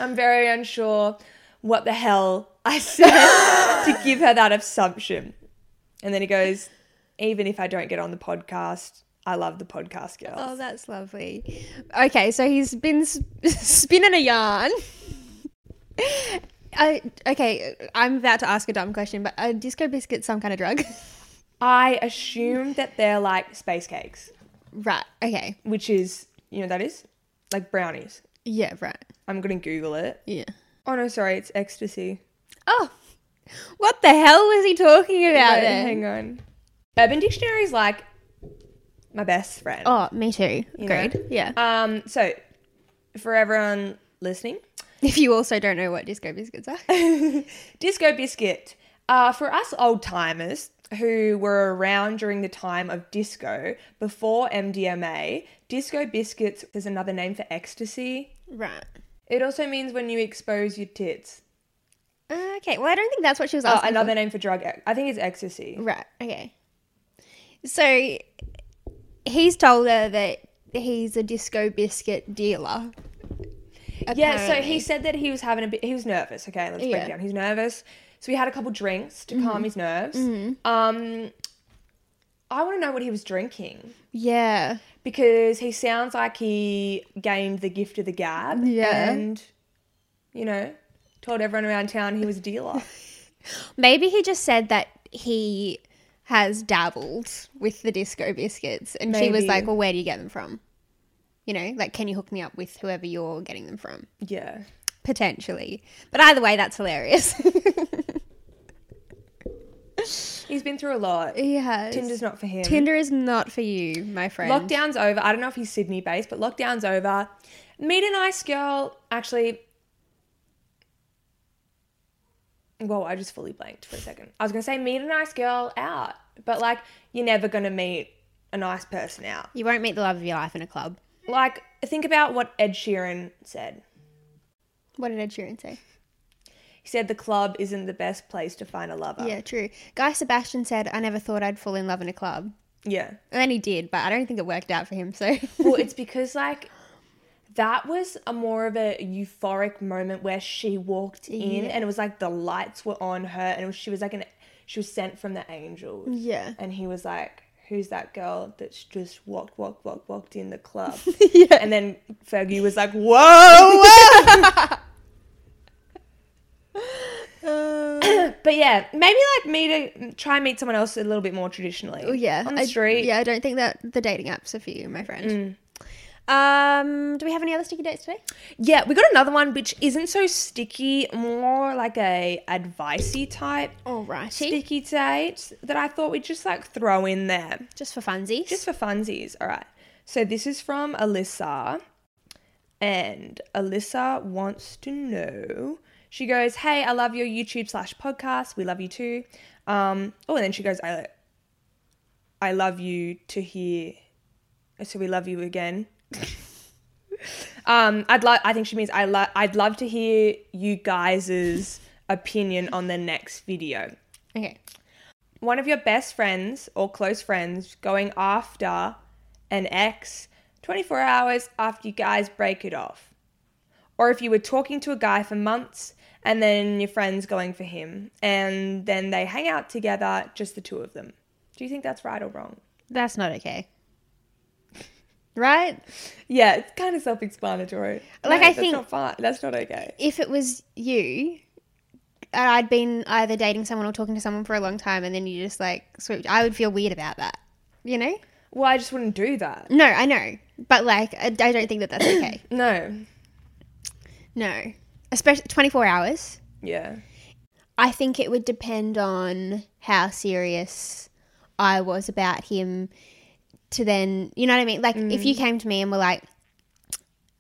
I'm very unsure what the hell I *laughs* said to give her that assumption. And then he goes, even if I don't get on the podcast, I love the podcast girl.
Oh, that's lovely. Okay, so he's been sp- *laughs* spinning a yarn. *laughs* I, okay, I'm about to ask a dumb question, but are disco biscuits some kind of drug?
I assume that they're like space cakes,
right. Okay.
which is, you know, what that is like brownies.
Yeah. Right.
I'm going to Google it.
Yeah.
Oh, no, sorry, it's ecstasy.
Oh, what the hell was he talking about?
Wait,
then?
hang on. Urban Dictionary is like my best friend.
Oh, me too.
know?
Agreed. Yeah.
Um, so for everyone listening,
if you also don't know what disco biscuits
*laughs*
are,
Disco Biscuit. Uh, for us old timers who were around during the time of disco before MDMA, Disco Biscuits is another name for ecstasy.
right.
It also means when you expose your tits.
Okay. Well, I don't think that's what she was
Oh,
asking.
another name for drug. I think it's ecstasy.
for. Right. Okay. So he's told her that he's a disco biscuit dealer.
Yeah, so
apparently.
he said that he was having a bit, he was nervous. Okay, let's break
Yeah. Mm-hmm.
it down. He's nervous. So he had a couple drinks to calm his nerves. Um, I want to know what he was drinking.
Yeah.
because he sounds like he gained the gift of the gab.
Yeah.
And, you know, told everyone around town he was a dealer. *laughs*
Maybe he just said that he has dabbled with the disco biscuits and she was
Maybe.
like, Well, where do you get them from? You know, like, can you hook me up with whoever you're getting them from?
yeah.
Potentially. But either way, that's hilarious. *laughs*
He's been through a lot.
he has.
Tinder's not for him.
Tinder is not for you, my friend.
Lockdown's over. I don't know if he's Sydney based, but lockdown's over. Meet a nice girl. Actually, whoa, I just fully blanked for a second. I was going to say meet a nice girl out, but like, you're never going to meet a nice person out.
You won't meet the love of your life in a club.
like think about what Ed Sheeran said.
What did Ed Sheeran say?
He said the club isn't the best place to find a lover.
Yeah, true. Guy Sebastian said, I never thought I'd fall in love in a club.
Yeah.
And then he did, but I don't think it worked out for him, so. *laughs*
Well, it's because like that was a more of a euphoric moment where she walked in and it was like the lights were on her and it was, she was like an she was sent from the angels.
Yeah.
And he was like, Who's that girl that's just walked, walked, walked, walked in the club?
*laughs* Yeah.
And then Fergie was like, Whoa, whoa!
*laughs* Uh.
*clears throat* but yeah, maybe like me to try and meet someone else a little bit more traditionally.
Oh, yeah.
On the
I-
street.
yeah, I don't think that the dating apps are for you, my friend.
Mm.
Um, do we have any other sticky dates today?
Yeah, we got another one which isn't so sticky, more like a advicey type
Alrighty.
sticky date that I thought we'd just like throw in there
Just for funsies.
just for funsies. All right. So this is from Alyssa, and Alyssa wants to know. She goes, "Hey, I love your YouTube slash podcast. We love you too." Um, oh, and then she goes, "I, I love you to hear." So we love you again. *laughs* um, I'd love. I think she means I love. I'd love to hear you guys's opinion on the next video
okay.
one of your best friends or close friends going after an ex 24 hours after you guys break it off. Or if you were talking to a guy for months and then your friend's going for him and then they hang out together, just the two of them. Do you think that's right or wrong?
That's not okay. right?
Yeah, it's kind of self explanatory.
Like, I think-
That's not, fine. that's not okay.
If it was you, and I'd been either dating someone or talking to someone for a long time, and then you just like swooped, I would feel weird about that. You know?
Well, I just wouldn't do that.
No, I know. But like, I, I don't think that that's
*coughs*
okay.
No.
no. Especially 24 hours.
Yeah.
I think it would depend on how serious I was about him to then, you know what I mean? Like, if you came to me and were like,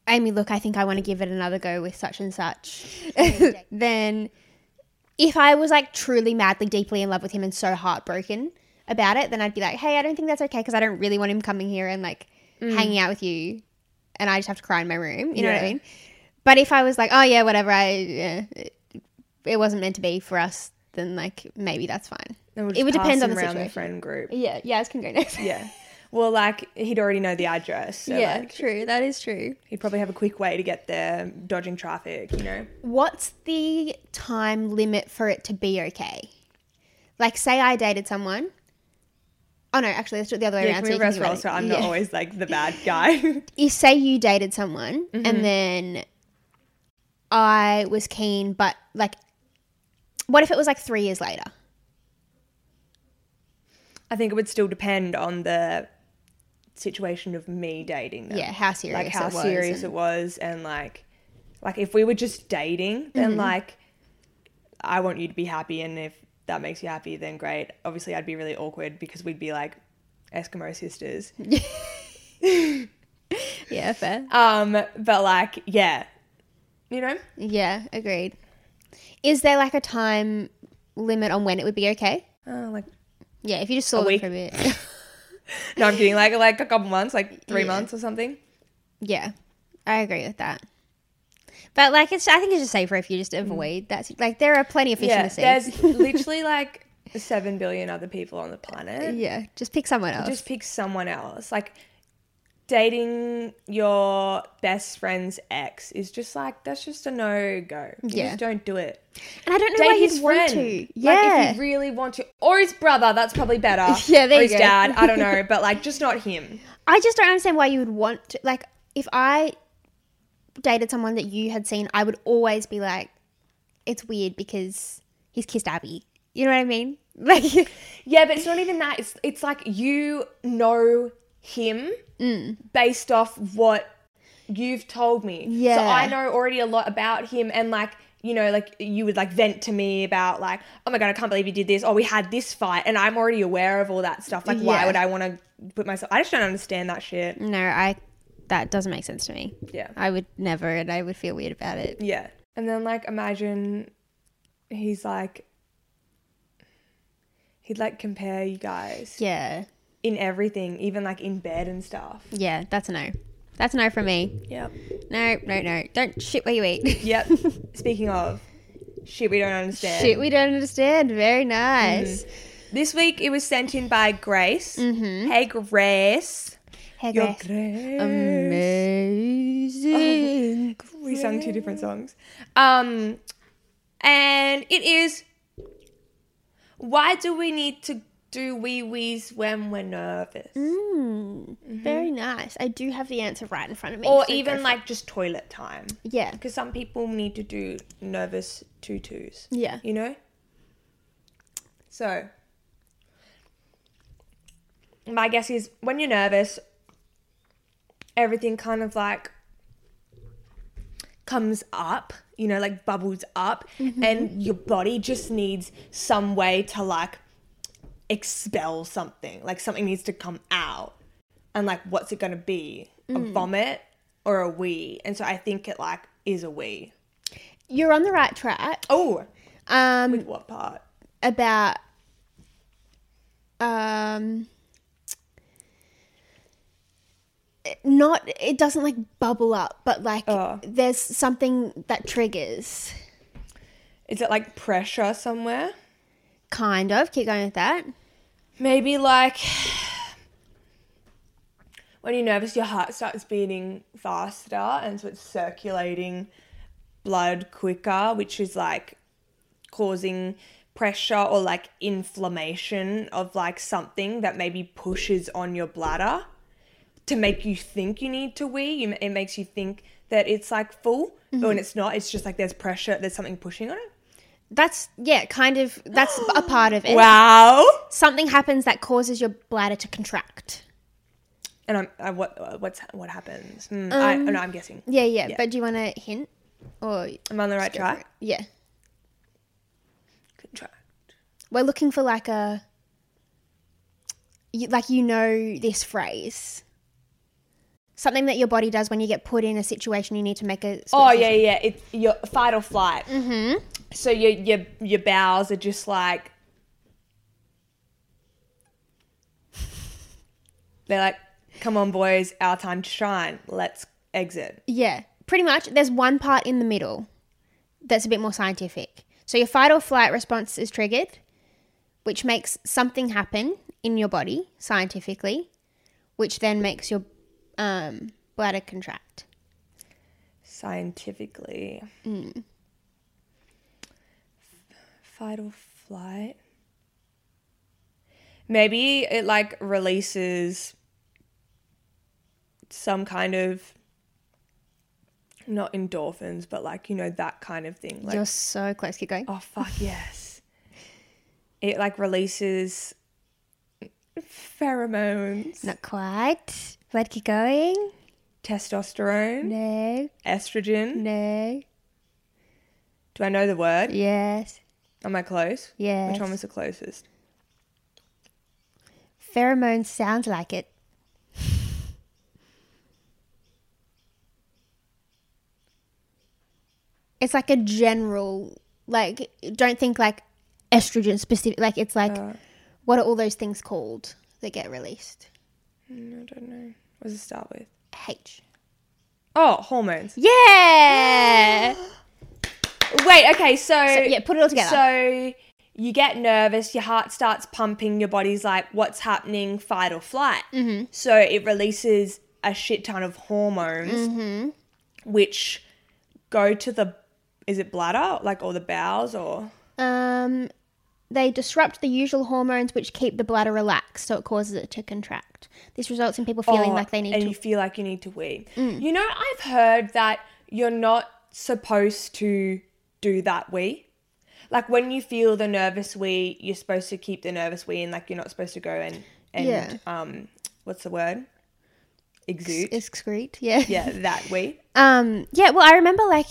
Amy, look, I think I want to give it another go with such and such, *laughs* then if I was like truly madly, deeply in love with him and so heartbroken about it, then I'd be like, hey, I don't think that's okay because I don't really want him coming here and like hanging out with you and I just have to cry in my room. You know what I
Yeah.
mean? But if I was like, oh, yeah, whatever, I, yeah, it, it wasn't meant to be for us, then like maybe that's fine.
And we'll
it would
just pass
depend on
them
the
around
situation.
the friend group.
Yeah, yeah, ours can go next.
Yeah. Well, like, he'd already know the address. So
yeah,
like,
true. That is true.
He'd probably have a quick way to get there, dodging traffic, you know.
What's the time limit for it to be okay? Like, say I dated someone. Oh no, actually, let's do it the other way
Yeah,
around.
can we
you
reverse
think about
roll
it.
so I'm
Yeah.
not always
*laughs*
like the bad guy? *laughs*
you say you dated someone and then I was keen, but like, what if it was like three years later?
I think it would still depend on the situation of me dating them.
Yeah, how serious?
like how
it was
serious
and-
it was and like like if we were just dating, then
Mm-hmm.
like I want you to be happy and if that makes you happy then great. Obviously I'd be really awkward because we'd be like Eskimo sisters.
Mm. Yeah, fair.
Um but like yeah. You know?
yeah, agreed. Is there like a time limit on when it would be okay?
Oh, like
Yeah, if you just saw them
week.
for a bit. *laughs*
no, I'm kidding. Like like a couple months, like three
Yeah.
months or something.
yeah, I agree with that. But like, it's I think it's just safer if you just avoid that. Like, there are plenty of fish in
Yeah,
the sea. *laughs*
there's literally like seven billion other people on the planet.
yeah, just pick someone else.
Just pick someone else. Like dating your best friend's ex is just like that's just a no go. You
Yeah.
just don't do it.
and I don't know
Date
why
his
you'd want
friend.
to. Yeah,
Like if you really want to, or his brother. That's probably better.
*laughs* Yeah, there
or
you
his
go.
dad.
*laughs*
I don't know, but like just not him.
I just don't understand why you would want to. Like, if I dated someone that you had seen, I would always be like, it's weird because he's kissed Abby. You know what I mean? *laughs* Like,
Yeah, but it's not even that. It's it's like you know him
Mm.
based off what you've told me. So
Yeah.
I know already a lot about him and like you know, like you would like vent to me about like, oh my god, I can't believe you did this, or we had this fight, and I'm already aware of all that stuff. Like,
Yeah.
why would I want to put myself? I just don't understand that shit.
no, I. That doesn't make sense to me.
Yeah.
I would never, and I would feel weird about it.
Yeah, and then like imagine he's like, he'd like compare you guys
Yeah.
in everything, even like in bed and stuff.
Yeah, that's a no. That's no from me.
Yep.
No, no, no. Don't shit where you *laughs* eat.
Yep. *laughs* Speaking of shit, we don't understand.
Shit, we don't understand. Very nice.
This week it was sent in by Grace. Mm-hmm. Hey, Grace.
Hey,
Your
Grace.
Grace.
Amazing.
we sung two different songs. Um, and it is why do we need to do wee wees when we're nervous,
Mm. Very nice. I do have the answer right in front of me.
or
so go
even
for
like just toilet time?
it. yeah,
Because some people need to do nervous tutus.
Yeah.
you know. So, my guess is when you're nervous, everything kind of like comes up, you know, like bubbles up, and your body just needs some way to like expel something. Like something needs to come out. And like, what's it gonna be? A vomit or a wee? And so I think it like is a wee.
you're on the right track.
Oh,
Um,
what part?
about um not it doesn't like bubble up but like
Oh.
there's something that triggers
Is it like pressure somewhere?
kind of keep going with that
Maybe like when you're nervous, your heart starts beating faster, and so it's circulating blood quicker, which is like causing pressure or like inflammation of like something that maybe pushes on your bladder to make you think you need to wee. You, it makes you think that it's like full, but when it's not, it's just like there's pressure, there's something pushing on it.
that's yeah kind of that's a part *gasps* of it
Wow.
something happens that causes your bladder to contract
And I'm I, what uh, what's what happens? Hmm, I, oh, no, I'm guessing.
yeah yeah, but do you want to hint or
I'm on the right track.
yeah
Contract.
we're looking for like a you, like you know this phrase something that your body does when you get put in a situation you need to make a switch
Oh yeah,
decision.
yeah. It's your fight or flight. Mm-hmm. So your your your bowels are just like they're like, come on, boys, our time to shine. Let's exit.
yeah pretty much there's one part in the middle that's a bit more scientific so your fight or flight response is triggered which makes something happen in your body scientifically which then makes your um, bladder contract
Scientifically, fight or flight. Maybe it like releases some kind of not endorphins, but like you know that kind of thing. Like
you're so close keep going
oh fuck yes, it like releases pheromones,
not quite but keep going
testosterone,
no
estrogen.
no
Do I know the word?
Yes.
Am I close? Which
Yes.
one was the closest?
Pheromone sounds like it. It's like a general, like, don't think like estrogen specific. Like, it's like,
Uh.
what are all those things called that get released?
Mm, I don't know. What does it start with?
H.
Oh, hormones.
Yeah!
Wait, okay, so,
yeah, put it all together.
So you get nervous, your heart starts pumping, your body's like, what's happening? Fight or flight. Mm-hmm. So it releases a shit ton of hormones,
Mm-hmm.
which go to the is it bladder, like or the bowels, or
*gasps* Um, they disrupt the usual hormones which keep the bladder relaxed, so it causes it to contract. This results in people feeling
Oh,
like they need
and
to Mm.
you feel like you need to wee. You know, I've heard that you're not supposed to do that wee. Like when you feel the nervous wee, you're supposed to keep the nervous wee, and like you're not supposed to go and and
Yeah.
um, what's the word? Exude.
excrete. Yeah.
yeah, that
*laughs*
wee.
Um, yeah, well, I remember like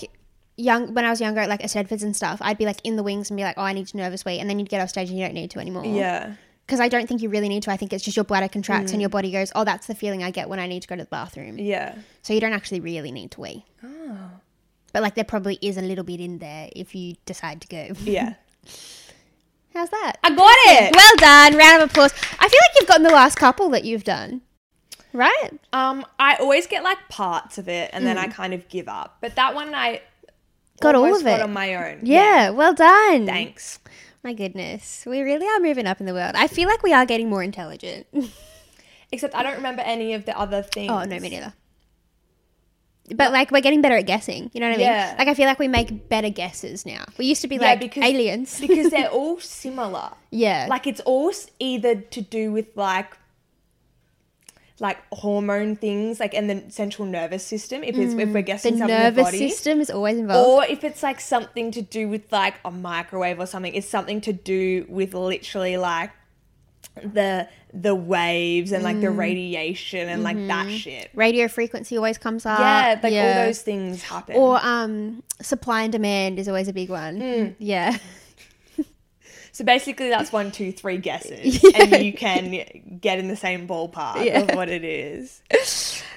young when I was younger, like at Sedfords and stuff, I'd be like in the wings and be like, "Oh, I need to nervous wait," and then you'd get off stage and you don't need to anymore.
Yeah.
because I don't think you really need to. I think it's just your bladder contracts and your body goes, "Oh, that's the feeling I get when I need to go to the bathroom."
Mm. Yeah.
So you don't actually really need to wee. Oh. But like, there probably is a little bit in there if you decide to
*laughs*
go.
Yeah.
How's that?
I got it.
Well done. Round of applause. I feel like you've gotten the last couple that you've done. right?
Um, I always get like parts of it, and then I kind of give up. But that one I
Mm. Got all
almost
of
got
it.
on my own.
Yeah, well done.
Thanks.
My goodness, we really are moving up in the world. I feel like we are getting more
*laughs*
intelligent.
Except I don't remember any of the other things.
Oh no, me neither. But like we're getting better at guessing. You know what I mean?
Yeah.
Like I feel like we make better guesses now. We used to be
Yeah,
like
because-
aliens.
*laughs*
*laughs*
because they're all similar.
yeah.
Like it's all s- either to do with like like hormone things, like and the central nervous system. If it's, if we're
Mm, the
guessing something in the
nervous
body,
system is always involved.
or if it's like something to do with like a microwave or something it's something to do with literally like the the waves and like the
Mm.
radiation and like that shit
Radio frequency always comes up.
yeah like
Mm-hmm. Yeah.
all those things happen
Or um, supply and demand is always a big one.
Hmm.
Yeah. *laughs*
so basically that's one two three
*laughs*
guesses and you can get in the same ballpark of what it is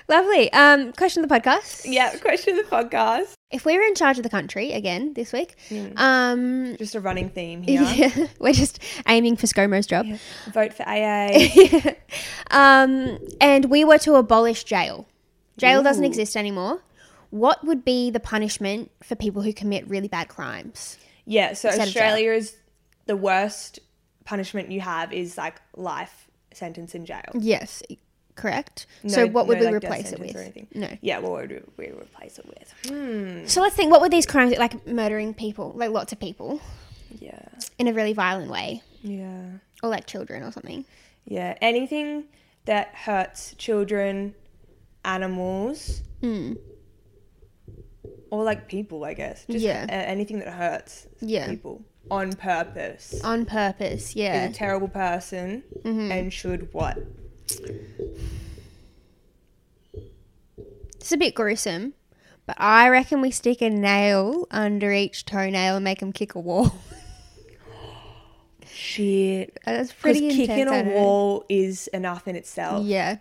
Lovely. Um, question of the podcast.
yeah *laughs* question of the podcast
If we were in charge of the country again this week,
Hmm.
um, *laughs*
just a running theme here
yeah, we're just aiming for ScoMo's job.
vote for aa
*laughs* Um, and we were to abolish jail. Jail doesn't exist anymore. What would be the punishment for people who commit really bad crimes?
Yeah, so
of jail.
Australia is the worst punishment you have is like life sentence in jail.
Yes, correct.
No-
so what would
no,
we
like, death
replace it
sentence
with?
or anything.
No.
Yeah, what would we replace it with?
So let's think. What would these crimes like murdering people, like lots of people,
Yeah.
in a really violent way,
Yeah.
or like children or something?
Yeah. Anything that hurts children, animals,
Hmm.
or like people, I guess. Just
Yeah.
a- anything that hurts
Yeah.
people on purpose.
On purpose. Yeah. Mm-hmm.
Is a terrible person and should what?
It's a bit gruesome, but I reckon we stick a nail under each toenail and make them kick a wall. *laughs*
Shit.
That's
Because
pretty intense.
kicking
I
a
don't know.
wall is enough in itself.
Yeah.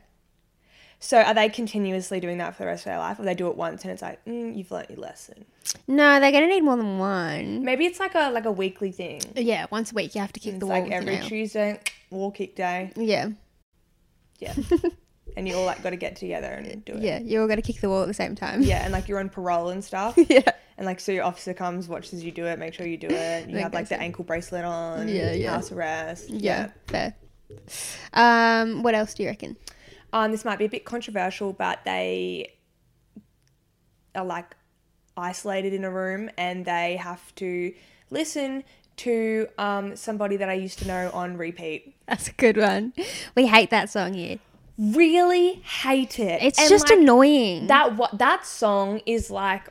So are they continuously doing that for the rest of their life, or they do it once and it's like, mm, you've learnt your lesson?
No, they're gonna need more than one.
Maybe it's like a like a weekly thing.
Yeah, once a week you have to kick
It's
the wall.
like
with a
every
nail.
Tuesday, wall kick day.
yeah, *laughs*
Yeah, and you all like got to get together and do it.
yeah, you all got to kick the wall at the same time.
Yeah, and like you're on parole and stuff.
*laughs* yeah,
And like, so your officer comes, watches you do it, make sure you do it. You
*laughs* Like
have like the ankle bracelet on.
Yeah, yeah.
House arrest.
yeah. Fair. Um, what else do you reckon? *laughs*
Um, this might be a bit controversial, but they are like isolated in a room and they have to listen to um, somebody that I used to know on repeat.
That's a good one. We hate that song here.
Really hate it.
It's
And,
just
like,
annoying.
that what that song is like.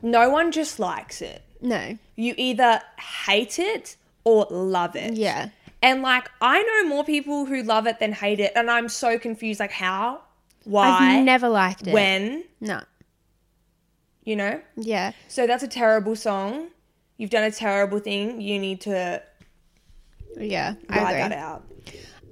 No one just likes it.
no,
You either hate it or love it.
yeah,
And like I know more people who love it than hate it, and I'm so confused. Like how, why,
I've never liked it.
when,
No,
you know.
yeah,
So that's a terrible song. You've done a terrible thing. You need to
yeah, I
write that
agree.
out.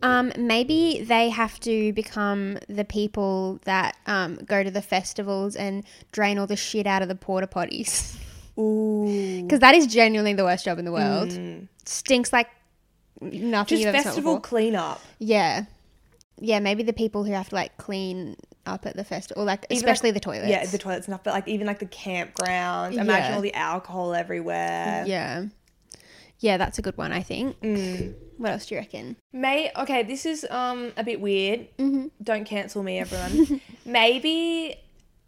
Um, maybe they have to become the people that um go to the festivals and drain all the shit out of the porta potties. *laughs*
Ooh.
Because that is genuinely the worst job in the world. Stinks like nothing
Mm. Just
you've ever
festival
smelled before.
cleanup.
Yeah, yeah. Maybe the people who have to like clean up at the festival, or like
Even, like-
especially the toilets.
Yeah, the toilets and stuff, but like even like the campgrounds. Imagine
Yeah.
all the alcohol everywhere.
yeah, yeah. That's a good one, I think.
Mm.
What else do you reckon?
May okay, this is um a bit weird.
Mm-hmm.
Don't cancel me,
*laughs*
everyone. Maybe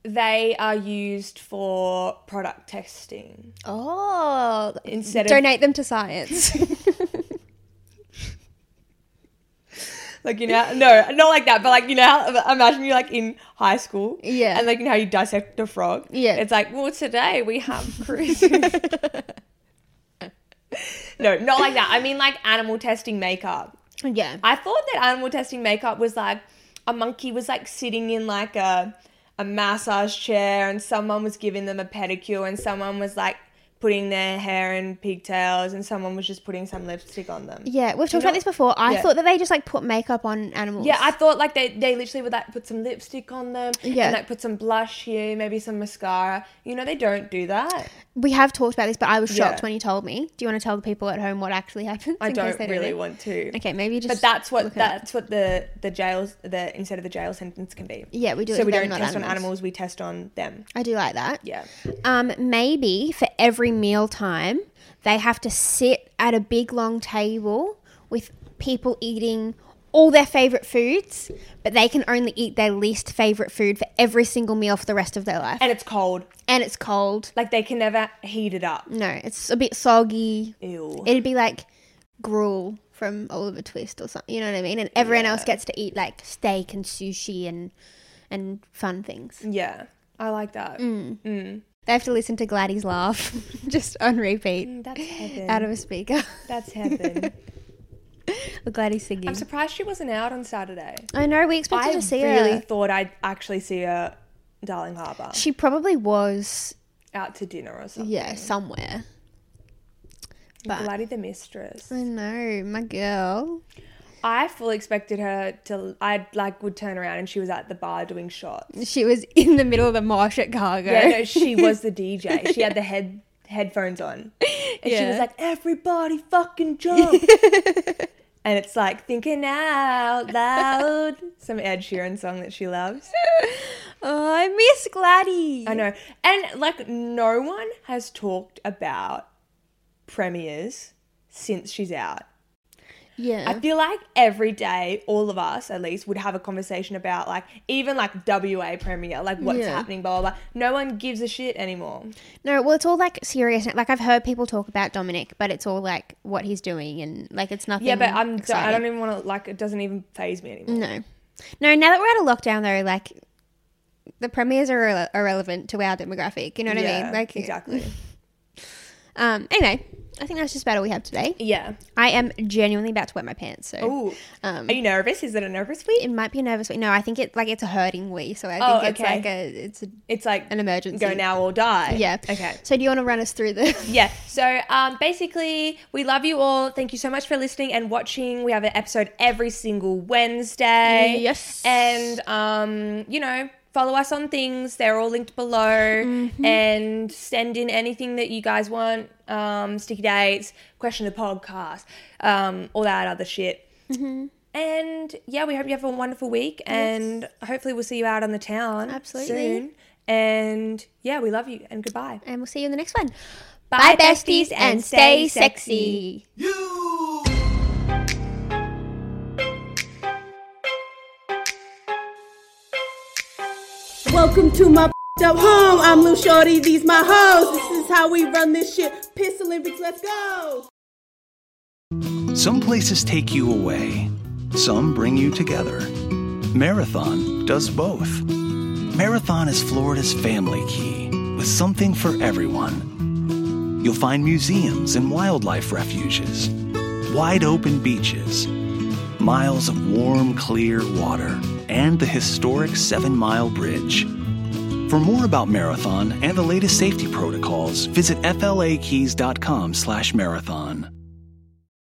they are used for product testing
Oh,
instead
*laughs*
of
donate them to
*laughs*
science.
Like you know, how- no, not like that, but like you know, how, imagine you're like in high school,
Yeah.
and like you know how you dissect the frog,
Yeah.
It's like, well, today
*laughs*
we have cruising. no, not like that. I mean, like animal testing makeup.
yeah,
I thought that animal testing makeup was like a monkey was like sitting in like a a massage chair, and someone was giving them a pedicure, and someone was like putting their hair in pigtails and someone was just putting some lipstick on them.
Yeah, we've talked about
know-
this before. I
Yeah.
thought that they just like put makeup on animals.
Yeah, I thought like they, they literally would like put some lipstick on them
Yeah.
and like put some blush here, maybe some mascara. You know they don't do that.
we have talked about this, but I was shocked
Yeah.
when you told me. Do you want to tell the people at home what actually happened?
I
in case
don't
they
really
know?
want to.
Okay, maybe just.
But that's what
look it up.
that's what the the jails the instead of the jail sentence can be.
Yeah, we do it
So
to
we
them,
don't
not
test on
animals.
animals, we test on them.
I do like that.
Yeah.
Um, maybe for every meal time, they have to sit at a big long table with people eating all their favorite foods, but they can only eat their least favorite food for every single meal for the rest of their life. And,
And it's cold.
it's cold.
Like they can never heat it up.
No, it's a bit soggy.
Ew.
It'd be like gruel from Oliver Twist or something. You know what I mean? And everyone else gets to eat like steak and sushi and and fun things.
yeah. I like that.
Mm. They have to listen to Gladys laugh *laughs* just on repeat *laughs*
That's heaven.
out of a speaker.
That's heaven.
Or Gladys singing.
I'm surprised she wasn't out on Saturday.
I know we expected
I
to see
really
her.
thought I'd actually see her Darling Harbour
She probably was
out to dinner or something.
yeah somewhere. But
Bloody the mistress.
I know my girl.
I fully expected her to. I like would turn around and she was at the bar doing shots.
She was *laughs* in the middle of the marsh at Cargo.
Yeah, no, she was the DJ. She had the head headphones on, and she was
Yeah.
like, "Everybody fucking jump!" and it's like thinking out loud, some Ed Sheeran song that she loves.
oh, I miss Gladys.
I know, and like no one has talked about premieres since she's out.
Yeah.
I feel like every day, all of us at least would have a conversation about like even like WA premiere, like what's
Yeah.
happening, blah blah blah. No one gives a shit anymore.
No, well, it's all like serious. Like I've heard people talk about Dominic, but it's all like what he's doing and like it's nothing.
Yeah, but I'm do- I
exciting.
don't even want to like it doesn't even phase me anymore.
No, no. Now that we're out of lockdown, though, like the premieres are irre- irrelevant to our demographic. You know what I
Yeah,
mean? Like *laughs*
exactly.
Um. Anyway, I think that's just about all we have today.
yeah.
I am genuinely about to wet my pants, so
Ooh.
um,
Are you nervous? Is it a nervous week?
it might be a nervous week. No, I think it like it's a hurting wee, so I think
Oh,
it's
okay.
like a it's a,
It's like
an emergency.
Go now or die.
Yeah.
Okay.
So do you want to run us through the? *laughs*
Yeah. So um, basically, we love you all. Thank you so much for listening and watching. We have an episode every single Wednesday.
Yes.
And um, you know, follow us on things. They're all linked below.
Mm-hmm.
And send in anything that you guys want. Um, sticky dates, question the podcast, um, all that other shit.
Mm-hmm.
And yeah, we hope you have a wonderful week. And hopefully, we'll see you out on the town
Absolutely.
soon. And yeah, we love you. And goodbye.
And we'll see you in the next one.
Bye, besties, and stay sexy.
Welcome to my *laughs* up home. I'm Lil Shorty, these my hoes. This is how we run this shit. Piss Olympics, let's go.
Some places take you away, some bring you together. Marathon does both. Marathon is Florida's family key with something for everyone. You'll find museums and wildlife refuges, wide open beaches, miles of warm, clear water, and the historic Seven Mile Bridge. For more about Marathon and the latest safety protocols, visit flakeys.com/marathon.